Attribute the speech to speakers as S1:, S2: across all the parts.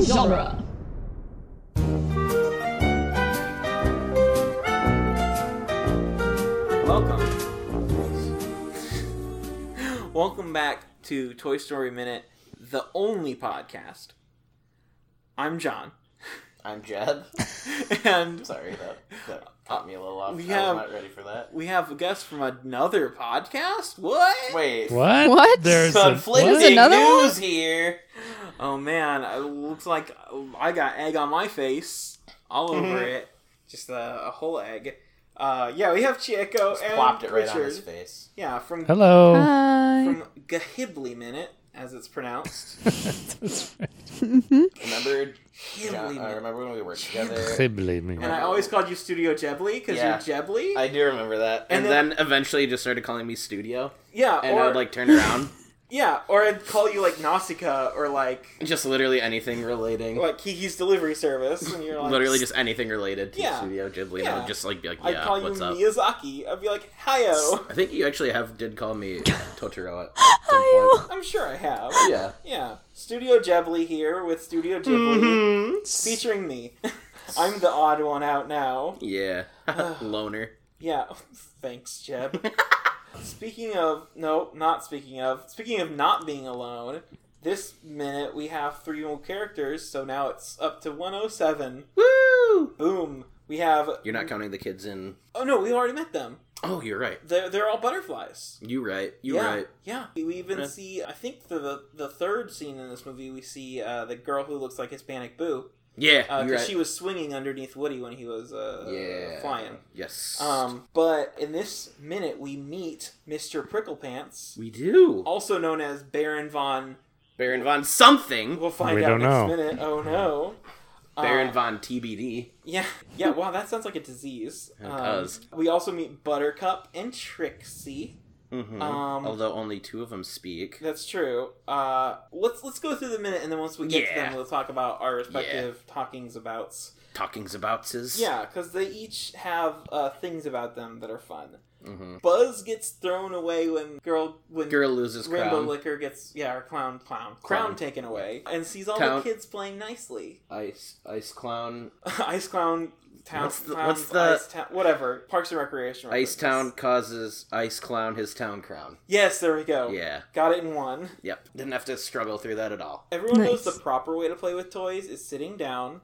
S1: genre.
S2: Welcome. Welcome back to Toy Story Minute, the only podcast. I'm John,
S3: I'm Jed.
S2: and
S3: Sorry, that, that caught me a little off.
S2: We
S3: I
S2: have-
S3: was not ready for that.
S2: we have a guest from another podcast. What?
S3: Wait,
S4: What?
S1: What?
S4: There's a,
S3: conflicting
S1: There's
S4: what?
S1: another one?
S3: news here.
S2: Oh man, it looks like I got egg on my face, all over
S3: Mm-hmm.
S2: it, just a, a whole egg. Uh, yeah, we have Chieko
S3: Just
S2: and
S3: plopped it right
S2: Richard.
S3: on his face.
S2: Yeah, from
S4: Hello.
S1: Uh, Hi.
S2: from Ghibli Minute, as it's pronounced.
S4: That's right.
S3: Remember,
S2: Ghibli
S3: John, I
S2: Minute.
S3: remember when we worked together.
S4: Ghibli me.
S2: And I always called you Studio Jebly because
S3: Yeah.
S2: you're Jebly.
S3: I do remember that.
S2: And
S3: And,
S2: then-
S3: then, eventually, you just started calling me Studio,
S2: yeah,
S3: and
S2: or
S3: I'd like turn around.
S2: yeah, or I'd call you like Nausicaa or like
S3: just literally anything relating.
S2: like Kiki's Delivery Service, and you're like
S3: literally, just anything related to
S2: Yeah.
S3: Studio Ghibli. And
S2: Yeah.
S3: I'd just like be like,
S2: I'd
S3: yeah,
S2: call you
S3: what's up?
S2: Miyazaki. I'd be like, "Hiyo."
S3: I think you actually have did call me Totoro at some point.
S2: I'm sure I have.
S3: Yeah.
S2: Yeah, Studio Ghibli here with Studio Ghibli
S3: Mm-hmm.
S2: featuring me. I'm the odd one out now.
S3: Yeah. Loner.
S2: Yeah, thanks, Jeb. speaking of, no, not speaking of, speaking of not being alone, this minute we have three more characters, so now it's up to 107.
S3: Woo!
S2: Boom. We have.
S3: You're not counting the kids in.
S2: Oh no, we already met them.
S3: Oh, you're right.
S2: They're, they're all butterflies.
S3: You right. You
S2: yeah,
S3: right.
S2: Yeah. We we even
S3: Yeah.
S2: see, I think, the, the the third scene in this movie, we see uh, the girl who looks like Hispanic Boo.
S3: Yeah.
S2: Because
S3: you right.
S2: Uh, she was swinging underneath Woody when he was uh,
S3: yeah.
S2: flying.
S3: Yes.
S2: Um, but in this minute, we meet Mr. Pricklepants,
S3: we do.
S2: also known as Baron von.
S3: Baron von something.
S2: We'll find
S4: We
S2: out
S4: don't
S2: next
S4: know.
S2: minute. Oh no.
S3: Baron
S2: Uh,
S3: von TBD.
S2: Yeah, yeah. Wow, that sounds like a disease. Um,
S3: It does.
S2: We also meet Buttercup and Trixie.
S3: Mm-hmm.
S2: um,
S3: Although only two of them speak.
S2: That's true. Uh, let's let's go through the minute, and then once we get to
S3: Yeah.
S2: them, we'll talk about our respective talkings abouts.
S3: Talkings about his.
S2: Yeah, because they each have uh, things about them that are fun.
S3: Mhm.
S2: Buzz gets thrown away when girl when
S3: Girl loses
S2: Rainbow
S3: crown.
S2: Liquor gets yeah her clown clown crown,
S3: Clown.
S2: taken away and sees all
S3: Town.
S2: the kids playing nicely.
S3: ice. Ice clown.
S2: Ice clown town
S3: What's the-
S2: clowns,
S3: what's the-
S2: ice town whatever Parks and Recreation references.
S3: Ice town causes ice clown his town crown.
S2: Yes, there we go.
S3: Yeah.
S2: Got it in one.
S3: Yep. Didn't have to struggle through that at all.
S2: Everyone knows
S1: Nice.
S2: the proper way to play with toys is sitting down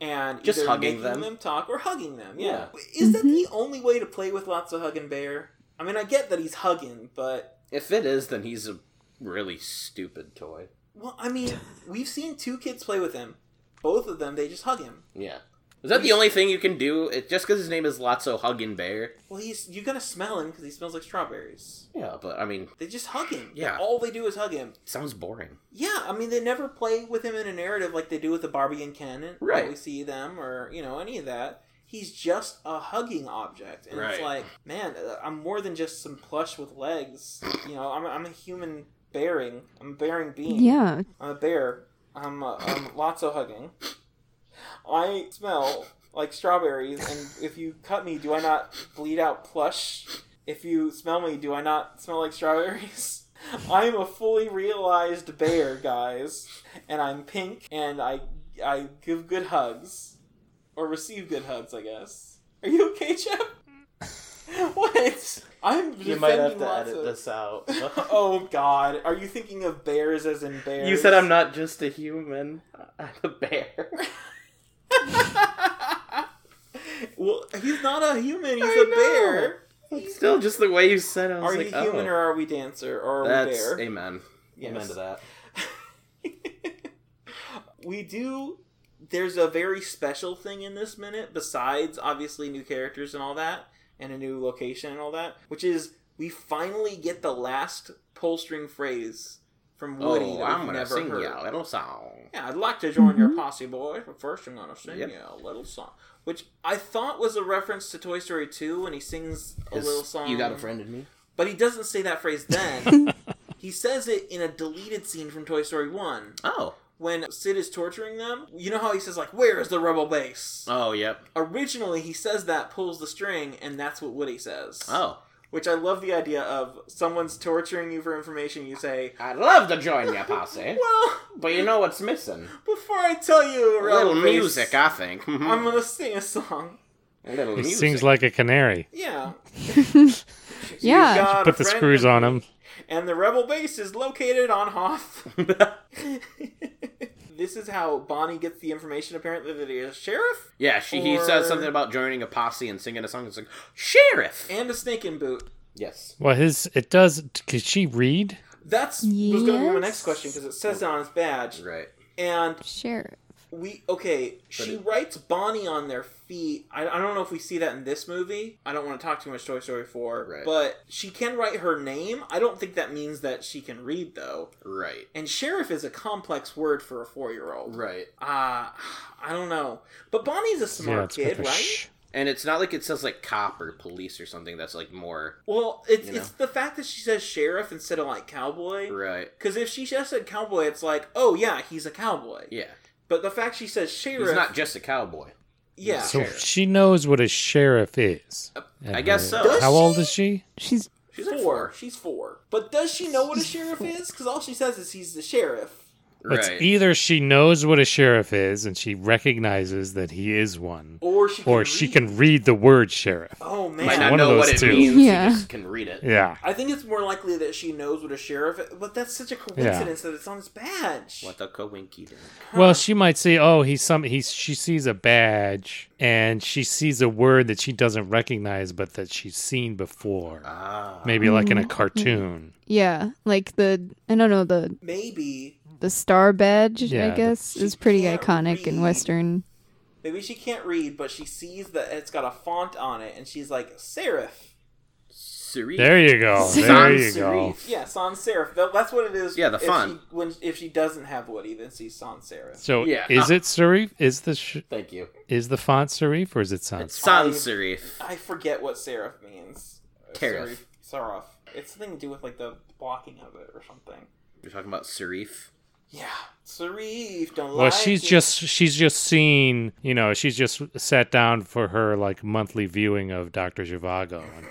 S2: and
S3: Just
S2: either
S3: hugging
S2: making
S3: them.
S2: talk or hugging them. Yeah, is that the only way to play with lots of hugging bear? I mean, I get that he's hugging, but
S3: if it is, then he's a really stupid toy.
S2: Well, I mean, we've seen two kids play with him. Both of them, they just hug him.
S3: Yeah. Is that the only thing you can do? It, just because his name is Lotso Huggin Bear.
S2: Well, he's you gotta smell him because he smells like strawberries.
S3: Yeah, but I mean,
S2: They just hug him.
S3: Yeah.
S2: all they do is hug him.
S3: sounds boring.
S2: Yeah, I mean, they never play with him in a narrative like they do with the Barbie and Ken. that
S3: Right.
S2: We see them or you know any of that. He's just a hugging object, and it's
S3: Right.
S2: like, man, uh, I'm more than just some plush with legs. You know, I'm I'm a human bearing. I'm a bearing being.
S1: Yeah.
S2: I'm a bear. I'm, uh, I'm lots of hugging. I smell like strawberries, and if you cut me, do I not bleed out plush? If you smell me, do I not smell like strawberries? I'm a fully realized bear, guys, and I'm pink, and I I give good hugs, or receive good hugs, I guess. Are you okay, Jeff? what? I'm defending Lotso.
S3: out.
S2: oh God, are you thinking of bears as in bears?
S3: not just a human. I'm a bear.
S2: well, he's not a human. He's a
S3: I know.
S2: bear.
S3: Still, just the way you said it, I oh,
S2: Are you human or are we dancer or are
S3: That's
S2: we bear?
S3: amen.
S2: Yes.
S3: Amen to that.
S2: we do. There's a very special thing in this minute, besides obviously new characters and all that, and a new location and all that, which is we finally get the last pull string phrase from Woody
S3: oh,
S2: that
S3: I'm
S2: we've
S3: gonna
S2: never
S3: sing
S2: heard.
S3: you a little song.
S2: Yeah, I'd like to join your posse, boys, but first I'm gonna sing
S3: Yep.
S2: you a little song, which I thought was a reference to Toy Story 2 when he sings a
S3: Is
S2: little song.
S3: You got a friend in me.
S2: but he doesn't say that phrase then. he says it in a deleted scene from Toy Story 1
S3: Oh.
S2: when Sid is torturing them. You know how he says like, "Where is the rebel base?"
S3: Oh, yep.
S2: Originally, he says that pulls the string, and that's what Woody says.
S3: Oh.
S2: Which I love the idea of someone's torturing you for information. You say,
S3: I'd love to join your posse,
S2: "Well,
S3: but you know what's missing?
S2: before I tell you,
S3: A little
S2: Rattle Face,
S3: music, I think.
S2: I'm gonna sing a song."
S3: a little
S4: He
S3: music.
S4: sings like a canary.
S2: Yeah, You
S5: yeah.
S2: got a
S4: Put the
S2: friend
S4: screws
S2: in
S4: on
S2: me.
S4: him.
S2: And the rebel base is located on Hoth. this is how Bonnie gets the information apparently that he is a sheriff
S3: yeah, she, he says
S2: Or-
S3: something about joining a posse and singing a song. It's like, Sheriff!
S2: and a snake in boot.
S3: Yes.
S4: Well, his it does. Could she read?
S2: That's was going to be my
S5: Yes.
S2: next question because it says it on his badge.
S3: Right.
S2: And
S5: Sheriff.
S2: we okay, she
S3: it-
S2: writes Bonnie on their feet. I, I don't know if we see that in this movie. I don't want to talk too much Toy Story Four,
S3: Right.
S2: but she can write her name. I don't think that means that she can read though.
S3: Right.
S2: And sheriff is a complex word for a four-year-old.
S3: Right.
S2: Uh, I don't know. But Bonnie's a
S4: yeah,
S2: smart
S4: it's with
S2: kid,
S4: a
S2: right?
S4: sh.
S3: And it's not like it says like cop or police or something that's like more.
S2: Well, it's,
S3: You know.
S2: it's the fact that she says sheriff instead of like cowboy.
S3: Right.
S2: Because if she just said cowboy, it's like, oh yeah, he's a cowboy.
S3: Yeah.
S2: But the fact she says sheriff,
S3: He's not just a cowboy.
S2: yeah,
S4: So
S3: Sheriff.
S4: she knows what a sheriff is. uh,
S3: I guess so.
S2: Does
S4: How old
S2: she?
S4: is she?
S5: She's
S2: she's
S3: like
S2: four.
S3: four.
S2: She's four. But does she know what a sheriff is? Because all she says is he's the sheriff.
S4: It's E
S3: Right.
S4: either she knows what a sheriff is and she recognizes that he is one,
S2: Or she. Can
S4: or
S2: read.
S4: she can read the word sheriff.
S2: Oh
S3: Might
S2: man.
S3: not
S4: One of
S3: know
S4: those
S3: what it
S4: two.
S3: means. Yeah.
S5: Yeah.
S3: He just can read it.
S4: Yeah.
S2: I think it's more likely that she knows what a sheriff. But that's such a coincidence that it's on his badge.
S3: What the coinky dink.
S4: Well, she might see, oh, he's some. He's she sees a badge and she sees a word that she doesn't recognize, but that she's seen before.
S3: Ah.
S4: Maybe like in a cartoon.
S5: yeah, like the I don't know the
S2: Maybe.
S5: the star badge.
S4: Yeah,
S5: I
S4: the-
S5: guess is pretty
S2: She can't
S5: iconic in
S2: read.
S5: Western.
S2: Maybe she can't read, but she sees that it's got a font on it, and she's like, "Serif."
S3: Serif.
S4: There you go.
S3: Sans
S4: There you
S3: serif.
S4: go.
S2: Yeah, sans serif. Tha- That's what it is.
S3: Yeah, the
S2: if
S3: font.
S2: She, when if she doesn't have Woody, then she's sans serif.
S4: So
S3: Yeah.
S4: is it serif? Is the sh-
S3: Thank you.
S4: is the font serif or is it
S3: It's
S4: sans?
S3: sans serif.
S2: I forget what serif means. Uh,
S3: Serif.
S2: Serif. It's something to do with like the blocking of it or something.
S3: You're talking about serif.
S2: Yeah, serif. Don't
S4: Well,
S2: like
S4: she's
S2: it.
S4: just she's just seen, you know, she's just sat down for her like monthly viewing of Doctor Zhivago, and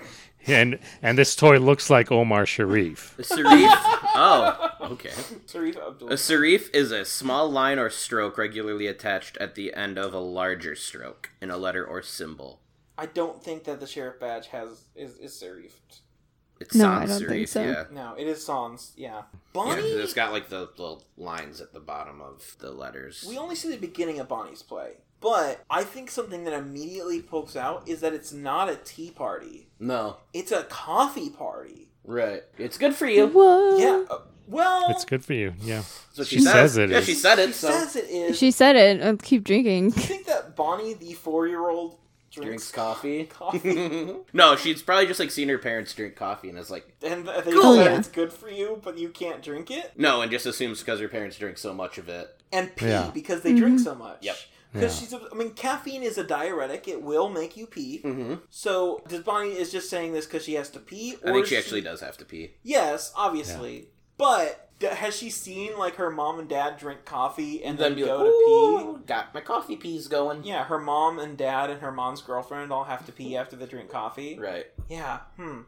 S4: and, and this toy looks like Omar Sharif.
S3: A serif. oh, okay.
S2: serif Abdul.
S3: A serif is a small line or stroke regularly attached at the end of a larger stroke in a letter or symbol.
S2: I don't think that the sheriff badge has is is serif.
S3: It's
S5: No, I
S3: sans serif.
S5: don't think so.
S3: Yeah.
S2: No, it is sans. Yeah,
S3: Yeah, 'cause
S2: Bonnie.
S3: it's got like the, the lines at the bottom of the letters.
S2: We only see the beginning of Bonnie's play, but I think something that immediately pokes out is that it's not a tea party.
S3: No,
S2: It's a coffee party.
S3: right. It's good for you.
S5: Whoa.
S2: Yeah. uh, well,
S4: It's good for you, yeah.
S3: That's what
S4: She says it
S3: Yeah,
S4: is.
S3: she said
S2: she
S3: it. So
S2: says it is.
S5: She said it. I'll keep drinking.
S2: I think that Bonnie, the four-year-old, drinks,
S3: drinks coffee.
S2: coffee,
S3: no, she's probably just like seen her parents drink coffee and is like,
S2: and th- they
S3: Cool.
S2: said
S5: Oh, Yeah.
S2: it's good for you, but you can't drink it.
S3: no, and just assumes because her parents drink so much of it.
S2: And pee
S4: Yeah.
S2: because they drink so much.
S3: Yep.
S2: Because
S4: Yeah.
S2: she's, a, I mean, caffeine is a diuretic; it will make you pee.
S3: Mm-hmm.
S2: So, does Bonnie is just saying this because she has to pee?
S3: I think
S2: is
S3: she actually does have to pee.
S2: Yes, obviously. But d- has she seen like her mom and dad drink coffee and then, go to
S3: "Ooh, got my coffee peas going.
S2: pee? Yeah, her mom and dad and her mom's girlfriend all have to pee after they drink coffee.
S3: Right.
S2: Yeah. Hmm.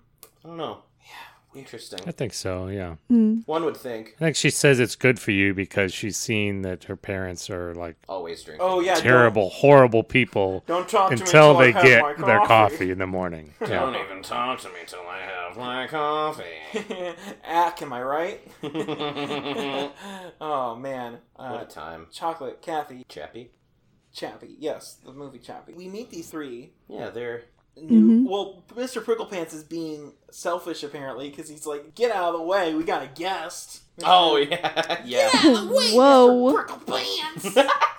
S3: I don't know. Yeah. Interesting.
S4: I think so, yeah.
S5: Mm.
S3: One would think
S4: I think she says it's good for you because she's seen that her parents are like
S3: always drink.
S2: Oh yeah.
S4: terrible, horrible people
S2: Don't, don't talk to me
S4: until
S2: till
S4: they
S2: I have
S4: get
S2: my
S4: their coffee in the morning.
S3: Don't
S4: Yeah.
S3: even talk to me till I have my coffee.
S2: Ack, am I right?
S3: what
S2: oh man. Uh,
S3: a time,
S2: chocolate, Kathy,
S3: Chappie.
S2: Chappie. Yes, the movie Chappie. We meet these three
S3: Yeah, they're
S2: new well mr pricklepants is being selfish apparently because he's like get out of the way we got a guest
S3: Oh yeah, yeah.
S5: Whoa.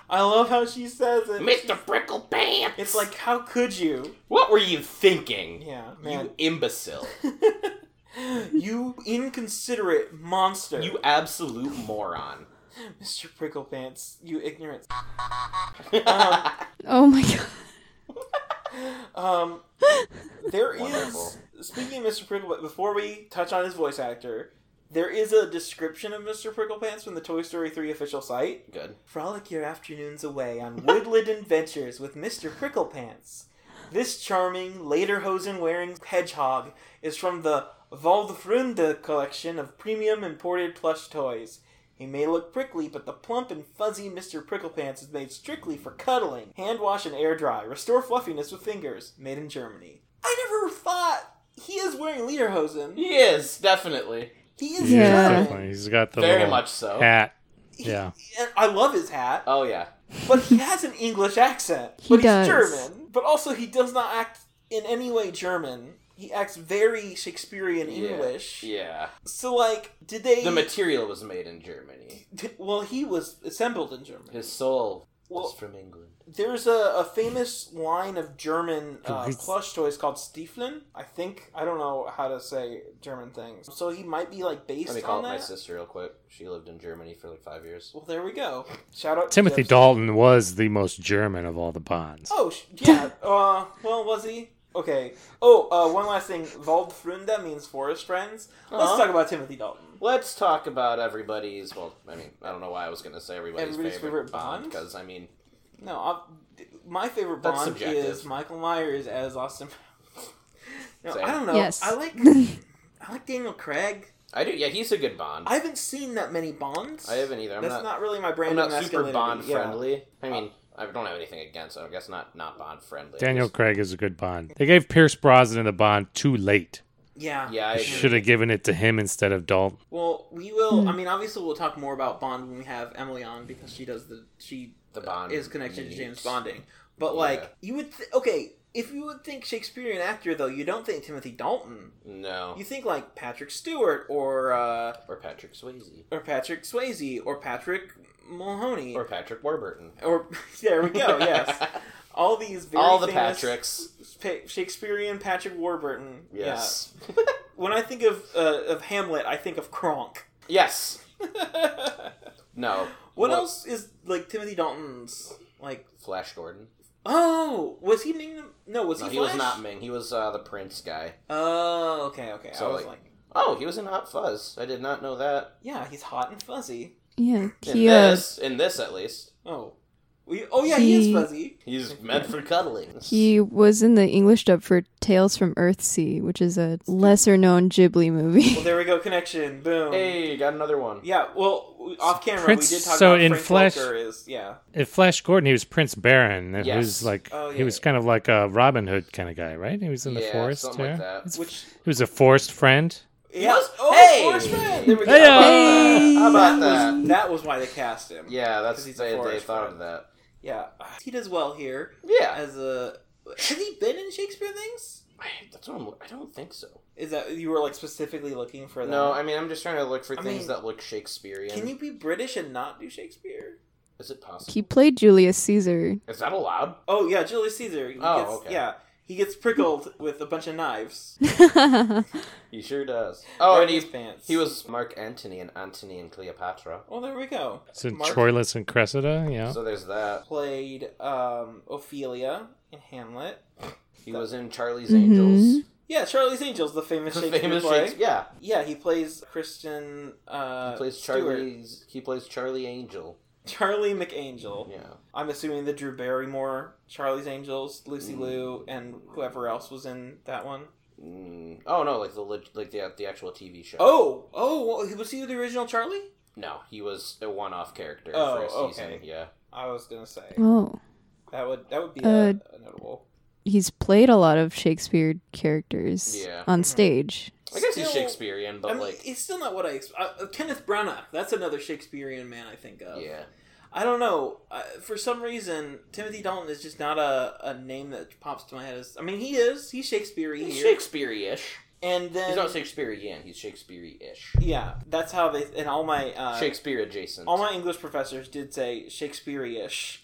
S2: i love how she says it
S3: Mr. Prickle Pants.
S2: it's like how could you
S3: what were you thinking,
S2: yeah man
S3: you imbecile,
S2: you inconsiderate monster
S3: you absolute moron.
S2: mr pricklepants you ignorant
S5: Oh my god.
S2: um there
S3: Wonderful.
S2: is speaking of mr pricklepants before we touch on his voice actor there is a description of mr pricklepants from the toy story 3 official site
S3: Good.
S2: Frolic your afternoons away on Woodland Adventures with Mr. Pricklepants. This charming, lederhosen wearing hedgehog is from the Waldfrunde collection of premium imported plush toys. He may look prickly, but the plump and fuzzy Mr. Pricklepants is made strictly for cuddling. Hand wash and air dry. Restore fluffiness with fingers. Made in Germany. I never thought he is wearing lederhosen.
S3: He is definitely
S2: He is
S5: Yeah.
S2: German.
S4: definitely. He's got the
S3: very
S4: little
S3: much so.
S4: hat.
S2: He-
S4: Yeah.
S2: and I love his hat.
S3: Oh yeah,
S2: but he has an English accent.
S5: He
S2: but
S5: does.
S2: he's German. But also, he does not act in any way German. He acts very Shakespearean
S3: Yeah.
S2: English.
S3: yeah.
S2: So, like, did they?
S3: The material was made in Germany.
S2: d- well, he was assembled in Germany.
S3: His soul was
S2: well,
S3: from England.
S2: there's a, a famous line of German uh,
S4: Please.
S2: plush toys called Stiefeln. I think I don't know how to say German things. So he might be like based
S3: Let me
S2: on
S3: call up
S2: that.
S3: my sister real quick. She lived in Germany for like five years.
S2: Well, there we go. Shout out to
S4: Timothy
S2: Jeff's-
S4: Dalton was the most German of all the Bonds.
S2: Oh sh- yeah. uh, well, was he? Okay. Oh, uh, one last thing. Waldfrunde means forest friends. Let's
S3: Uh-huh.
S2: talk about Timothy Dalton.
S3: Let's talk about everybody's. Well, I mean, I don't know why I was going to say everybody's,
S2: Everybody's
S3: favorite,
S2: favorite
S3: Bond
S2: Bond?
S3: because I mean,
S2: No, I, my favorite
S3: That's
S2: Bond
S3: subjective.
S2: is Michael Myers as Austin. Powers. no,
S3: Same.
S2: I don't know.
S5: Yes.
S2: I like I like Daniel Craig.
S3: I do. Yeah, he's a good Bond.
S2: I haven't seen that many Bonds.
S3: I haven't either. I'm
S2: That's
S3: not.
S2: not, really my brand.
S3: I'm
S2: of
S3: not super
S2: masculinity,
S3: Bond
S2: yeah.
S3: friendly. I mean, I don't have anything against. him. I guess not not Bond friendly.
S4: Daniel
S3: Just-
S4: Craig is a good Bond. They gave Pierce Brosnan the Bond too late.
S2: Yeah.
S3: Yeah, I
S4: I
S3: agree.
S4: should have given it to him instead of Dalton.
S2: Well, we will. I mean, obviously, we'll talk more about Bond when we have Emily on because she does the she
S3: The Bond
S2: is connected to James
S3: news.
S2: Bonding. But
S3: Yeah.
S2: like, you would th- okay if you would think Shakespearean actor though, you don't think Timothy Dalton.
S3: No,
S2: You think like Patrick Stewart or uh,
S3: or Patrick Swayze,
S2: or Patrick Swayze or Patrick Mulhoney
S3: or
S2: or,
S3: Patrick Warburton.
S2: there we go. Yes, all these very
S3: all the
S2: famous
S3: Patricks.
S2: Pa- Shakespearean Patrick Warburton. Yeah.
S3: Yes,
S2: When I think of uh, of Hamlet, I think of Kronk.
S3: yes. No.
S2: What
S3: Well,
S2: else is like Timothy Dalton's like?
S3: Flash Gordon.
S2: Oh, was he named? No, was
S3: No,
S2: he?
S3: he was
S2: Flash?
S3: not Ming. He was uh, the Prince guy.
S2: Oh, okay, okay.
S3: So,
S2: I was
S3: like-
S2: like,
S3: Oh, he was in Hot Fuzz. I did not know that.
S2: yeah, he's hot and fuzzy.
S5: Yeah,
S3: In
S5: he uh,
S3: this, in this at least,
S2: Oh, we, oh yeah, he,
S5: He-
S2: is fuzzy.
S3: he's meant for cuddling.
S5: he was in the English dub for Tales from Earthsea, which is a lesser known Ghibli
S2: Well,
S5: movie.
S2: there we go. Connection. Boom.
S3: Hey, got another one.
S2: Yeah. Well, we- off camera,
S4: Prince-
S2: we did talk
S4: so
S2: about
S4: in
S2: Frank
S4: Flash-
S2: Welker is yeah.
S4: If Flash Gordon, he was Prince Baron. It
S3: Yes.
S4: was like
S2: Oh,
S4: he
S2: yeah,
S4: was
S2: yeah.
S4: kind of like a Robin Hood kind of guy, right? He was in the
S3: Yeah,
S4: forest.
S3: something like
S4: yeah.
S3: that.
S4: It's-
S2: Which
S4: he was a forest friend.
S2: yeah.
S3: was-
S2: oh,
S3: Hey!
S2: Forrest Gump! There we go.
S4: Hey, uh,
S5: Hey!
S3: How
S2: That
S3: about that?
S2: was, that was why they cast him.
S3: Yeah, that's
S2: 'Cause he's a
S3: they, they
S2: forest
S3: thought
S2: friend.
S3: of that.
S2: Yeah. He does well here
S3: Yeah,
S2: as a. Has he been in Shakespeare things?
S3: I, that's what I'm, I don't think so.
S2: Is that you were like specifically looking for that?
S3: No, I mean I'm just trying to look for
S2: I
S3: things
S2: mean,
S3: that look Shakespearean.
S2: Can you be British and not do Shakespeare?
S3: Is it possible?
S5: He played Julius Caesar.
S3: Is that allowed?
S2: Oh yeah, Julius Caesar. He
S3: Oh,
S2: gets,
S3: okay.
S2: Yeah, he gets prickled with a bunch of knives.
S3: He sure does. Oh,
S2: Right
S3: and
S2: in
S3: he
S2: his pants.
S3: he was Mark Antony and Antony and Cleopatra.
S2: Well, there we go.
S4: So
S2: Mark
S4: Troilus and Cressida. Yeah.
S3: So there's that.
S2: played um, Ophelia in Hamlet.
S3: He was in Charlie's
S2: Mm-hmm.
S5: Mhm.
S3: Angels.
S2: Yeah, Charlie's Angels, the famous
S3: The
S2: Shakespeare
S3: famous
S2: play.
S3: Shakespeare. Yeah,
S2: Yeah, he plays Christian. Uh,
S3: he plays
S2: Stewart.
S3: Charlie's. He plays Charlie Angel.
S2: Charlie McAngel.
S3: Yeah.
S2: I'm assuming the Drew Barrymore, Charlie's Angels, Lucy Liu, and whoever else was in that one.
S3: Mm. Oh no, like the leg- like the the actual TV show.
S2: Oh, oh, well, was he the original Charlie?
S3: no, he was a one-off character
S2: Oh,
S3: for a season.
S2: okay.
S3: Yeah,
S2: I was gonna say
S5: oh,
S2: that would that would be
S5: Uh,
S2: a, a notable.
S5: he's played a lot of Shakespeare characters
S3: Yeah.
S5: on stage.
S3: I guess he's
S2: Still-
S3: Shakespearean, but
S2: I mean,
S3: like,
S2: it's still not what I ex- uh, Kenneth Branagh. That's another Shakespearean man I think of.
S3: yeah,
S2: I don't know. Uh, for some reason, Timothy Dalton is just not a, a name that pops to my head. As I mean, he is. He's Shakespearean.
S3: he's
S2: here.
S3: Shakespeare-ish.
S2: And then
S3: He's not Shakespearean. He's Shakespeare-ish.
S2: yeah, that's how they and all my uh,
S3: Shakespeare adjacent.
S2: all my English professors did say Shakespeare-ish.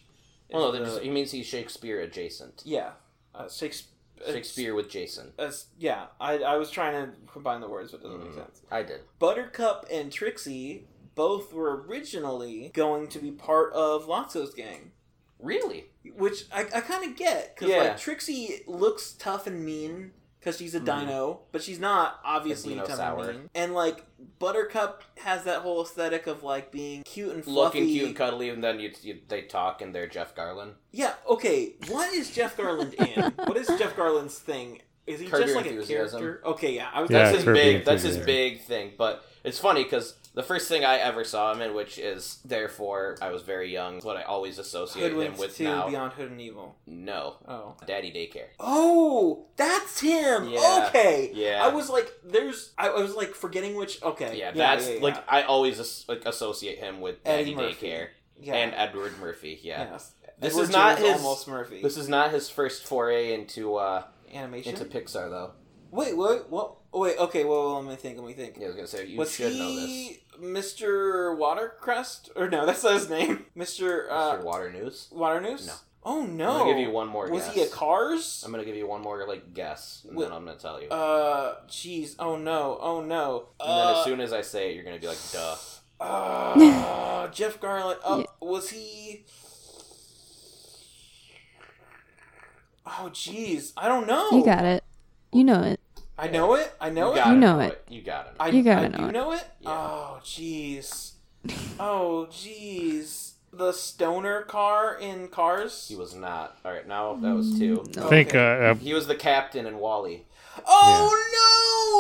S3: well, Oh,
S2: Is
S3: no, they're
S2: the-
S3: just, he means he's Shakespeare adjacent.
S2: yeah, uh, Shakespeare.
S3: Shakespeare with Jason.
S2: As, yeah, I, I was trying to combine the words, but it doesn't make sense.
S3: I did.
S2: Buttercup and Trixie both were originally going to be part of Lotso's gang.
S3: Really?
S2: which I, I kind of get because
S3: Yeah.
S2: like Trixie looks tough and mean because she's a dino, but she's not obviously
S3: A
S2: a
S3: Mm. dino sour.
S2: dinosaur. And like Buttercup has that whole aesthetic of like being cute and fluffy.
S3: Looking cute and cuddly, and then you, you they talk, and they're Jeff Garland.
S2: Yeah. Okay. What is Jeff Garland in? what is Jeff Garland's thing? Is he
S3: Curb
S2: just
S3: Your
S2: like
S3: Enthusiasm.
S2: a character? Okay. Yeah. I was.
S4: Yeah,
S2: gonna
S3: That's his
S2: say-
S4: Curb Your
S3: big. That's his
S4: Enthusiasm.
S3: big thing. But it's funny because the first thing I ever saw him in, which is therefore I was very young, is what I always associate him
S2: Hoodwinks
S3: with
S2: to
S3: now.
S2: Beyond Hood and Evil.
S3: No,
S2: Oh.
S3: Daddy Daycare.
S2: Oh, that's him.
S3: Yeah.
S2: Okay.
S3: Yeah.
S2: I was like, there's. I I was like forgetting which. Okay.
S3: Yeah, that's
S2: yeah, yeah.
S3: like I always as- like associate him with
S2: Eddie
S3: Daddy
S2: Murphy.
S3: Daycare
S2: Yeah.
S3: and Edward Murphy. Yeah.
S2: Yes.
S3: This
S2: Edward
S3: is not
S2: James
S3: his-
S2: almost Murphy
S3: This is not his first foray into uh
S2: animation.
S3: into Pixar though.
S2: Wait, wait, what? oh, Wait, okay, well, let me think, let me think.
S3: Yeah, I was gonna say you
S2: was
S3: should
S2: he
S3: know this.
S2: Mr. Watercrest? Or no, that's not his name. Mr. Uh,
S3: Mr. Water News.
S2: Waternoose?
S3: No.
S2: Oh, no.
S3: I'm gonna give you one more.
S2: Was
S3: guess.
S2: he a Cars?
S3: I'm gonna give you one more like guess, and
S2: Wh-
S3: then I'm gonna tell you.
S2: Uh, jeez. Oh, no. Oh, no.
S3: and then
S2: Uh,
S3: as soon as I say it, you're gonna be like, duh.
S2: uh, Jeff Garland. Uh, Was he... Oh, jeez. I don't know.
S5: You got it. You know it.
S2: I know it. I know
S3: You
S2: it.
S3: gotta
S5: You know
S3: You gotta know.
S2: I,
S5: You gotta
S2: I
S5: know
S2: do
S5: it.
S2: know it.
S3: Yeah.
S2: Oh, jeez. oh, jeez. The stoner car in Cars.
S3: he was not. All right, now that was two.
S4: I think uh, uh,
S3: He was the captain in Wally.
S2: Oh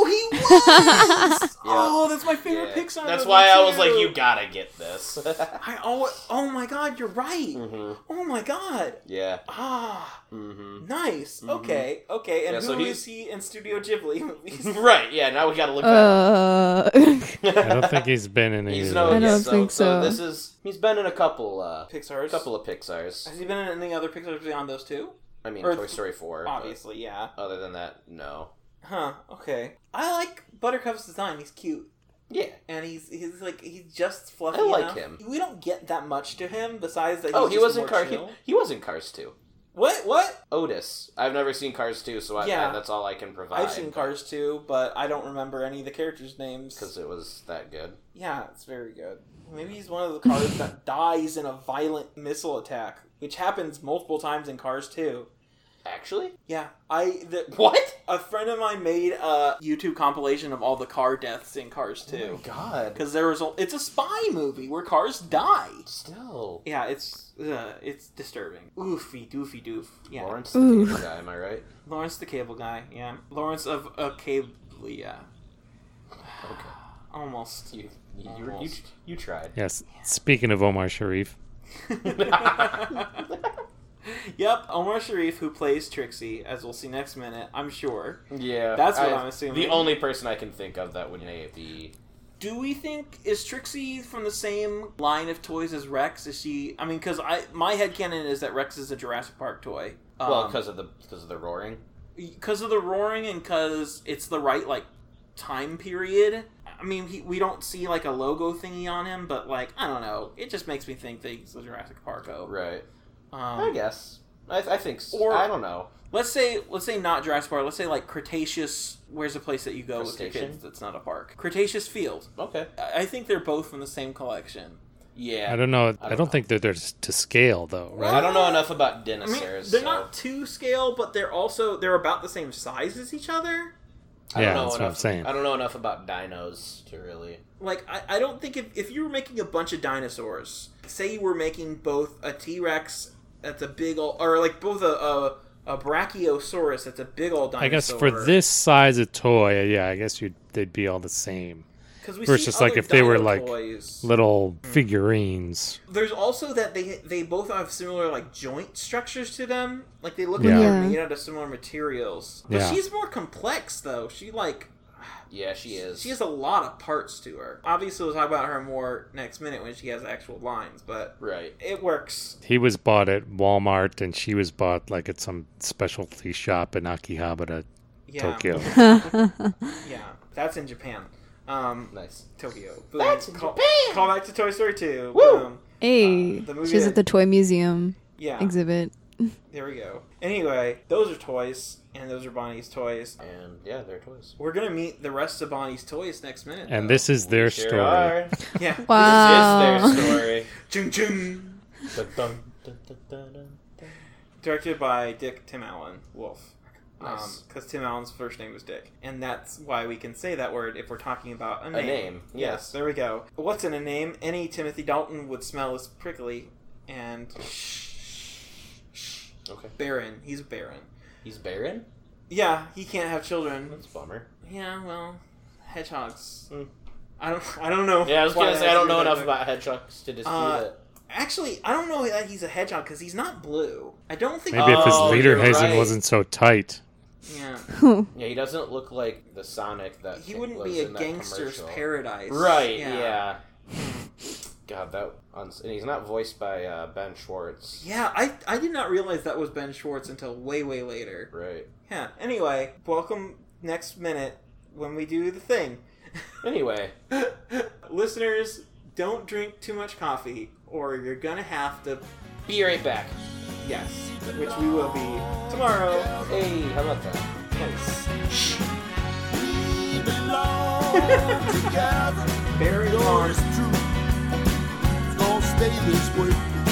S2: no, he was. Oh, that's my favorite
S3: Yeah.
S2: Pixar.
S3: That's
S2: movie,
S3: why I was like,
S2: too.
S3: you gotta get this.
S2: I always. Oh my God, you're right.
S3: hmm
S2: Oh my God.
S3: Yeah.
S2: Ah,
S3: hmm
S2: nice. Okay, okay. And
S3: Yeah,
S2: who is
S3: so he's-
S2: he in Studio Ghibli movies?
S3: Right. Yeah. Now we gotta look. that
S5: Uh,
S4: I don't think he's been in any.
S3: He's
S4: of
S3: no.
S5: I
S4: those.
S5: don't
S3: yeah,
S5: think so.
S3: This is. He's been in a couple. uh
S2: Pixar's.
S3: couple of Pixar's.
S2: Has he been in any other Pixar's beyond those two?
S3: I mean,
S2: Or-
S3: Toy Story Four. but
S2: Obviously, yeah.
S3: Other than that, no.
S2: Huh. Okay. I like Buttercup's design. He's cute,
S3: Yeah.
S2: and he's he's like he's just fluffy.
S3: I like
S2: enough.
S3: him.
S2: We don't get that much to him besides that. He's
S3: Oh, he
S2: just
S3: was in
S2: more
S3: Cars. He,
S2: chill.
S3: he was in Cars Two.
S2: What? What?
S3: Otis. I've never seen Cars Two, so I,
S2: Yeah.
S3: I- that's all I can provide.
S2: I've seen Cars too, but I don't remember any of the characters' names.
S3: because it was that good.
S2: Yeah, it's very good. Maybe he's one of the cars that dies in a violent missile attack, which happens multiple times in Cars too.
S3: Actually,
S2: Yeah, I the,
S3: what?
S2: a friend of mine made a YouTube compilation of all the car deaths in Cars too.
S3: God.
S2: Because there was a, it's a spy movie where cars die.
S3: Still.
S2: Yeah, it's uh, it's disturbing. Oofy doofy doof. Yeah, Lawrence,
S3: Lawrence the
S5: Ooh.
S3: Cable Guy. Am I right?
S2: the cable guy. Yeah, Lawrence of Acalia.
S3: Okay.
S2: Almost.
S3: You you you, you,
S2: Almost.
S3: you tried.
S4: Yes. Speaking of Omar Sharif,
S2: Yep, Omar Sharif, who plays Trixie, as we'll see next minute, I'm sure.
S3: Yeah,
S2: That's what
S3: I-
S2: I'm assuming.
S3: The only person I can think of that would maybe
S2: Do we think is Trixie from the same line of toys as Rex? Is she? I mean, because I my headcanon is that Rex is a Jurassic Park toy. Um,
S3: well because of the because of the roaring.
S2: because of the roaring and because it's the right like time period i mean he, we don't see like a logo thingy on him but like i don't know it just makes me think that he's the jurassic parko
S3: Right. I
S2: um,
S3: guess. I, I think. s
S2: Or-
S3: I don't know.
S2: let's say let's say not jurassic park let's say like cretaceous where's a place that you go with your
S3: Crustacean?
S2: kids that's not a park cretaceous field
S3: Okay.
S2: i I think they're both from the same collection
S3: Yeah.
S4: I don't know. I don't,
S3: don't know.
S4: think that they're s- to scale though, right?
S3: I don't know enough about
S2: i mean
S3: dinosaurs.
S2: they're
S3: so
S2: not two scale but they're also they're about the same size as each other
S3: I don't
S4: Yeah,
S3: know
S4: that's what
S3: enough-
S4: I'm saying.
S3: I don't know enough about dinos to really.
S2: like I, I don't think if, if you were making a bunch of dinosaurs say you were making both a t-rex that's a big ol or like both a, a, a brachiosaurus that's a big old dinosaur
S4: I guess for this size of toy, uh, yeah, I guess you'd they'd be all the same.
S2: Cause we
S4: versus, like,
S2: other
S4: if they were,
S2: dino
S4: like,
S2: toys.
S4: Little figurines.
S2: there's also that they they both have similar like joint structures to them like they look
S4: Yeah.
S2: like
S5: Yeah.
S2: they're made out of similar materials but
S4: Yeah.
S2: she's more complex though she like
S3: Yeah, she is.
S2: she has a lot of parts to her obviously we'll talk about her more next minute when she has actual lines but
S3: right.
S2: it works
S4: He was bought at Walmart and she was bought like at some specialty shop in Akihabara,
S2: yeah
S4: Tokyo.
S2: Yeah, that's in Japan. Um,
S3: Nice.
S2: Tokyo. Boom. That's call, Japan. Call back to Toy Story Two. Boom.
S5: hey,
S2: Uh, the movie
S5: she's
S2: that-
S5: at the toy museum
S2: Yeah.
S5: exhibit.
S2: There we go. Anyway, those are toys, and those are Bonnie's toys.
S3: And yeah, they're toys.
S2: We're gonna meet the rest of Bonnie's toys next minute.
S4: And
S2: though.
S4: this is their
S3: Sure
S4: story.
S3: are.
S2: yeah,
S5: Wow.
S3: This is their story. um,
S2: Chung Chung.
S3: Dun, dun, dun, dun, dun, dun.
S2: Directed by Dick Tim Allen Wolf. because
S3: Nice.
S2: Tim Allen's first name was Dick, and that's why we can say that word if we're talking about a name.
S3: name, yes.
S2: there we go. What's in a name? Any Timothy Dalton would smell as prickly and
S3: Okay.
S2: barren. He's barren.
S3: He's barren?
S2: Yeah, he can't have children.
S3: That's a bummer.
S2: Yeah, well, hedgehogs.
S3: Hmm.
S2: I don't. I don't know.
S3: Yeah, I was
S2: why
S3: gonna say I
S2: that's
S3: don't know
S2: weird,
S3: enough
S2: but-
S3: about hedgehogs to dispute
S2: Uh,
S3: it.
S2: Actually, I don't know that he's a hedgehog because he's not blue. I don't think.
S4: Maybe if his
S3: Oh,
S4: leader
S3: you're
S4: hazing
S3: right.
S4: wasn't so tight.
S2: yeah,
S3: Yeah, he doesn't look like the Sonic that
S2: he wouldn't
S3: was
S2: be a
S3: in that
S2: gangster's
S3: commercial.
S2: paradise.
S3: Right. Yeah. God, that uns- and he's not voiced by uh, Ben Schwartz.
S2: Yeah, I I did not realize that was Ben Schwartz until way way later.
S3: Right.
S2: Yeah. Anyway, welcome next minute when we do the thing.
S3: Anyway,
S2: Listeners, don't drink too much coffee or you're going to have to
S3: be right back.
S2: yes, which we will be tomorrow.
S3: Hey, how about that?
S2: Yes.
S6: We belong together.
S2: Barry
S6: Your
S2: Long.
S6: is true. It's gonna stay this way.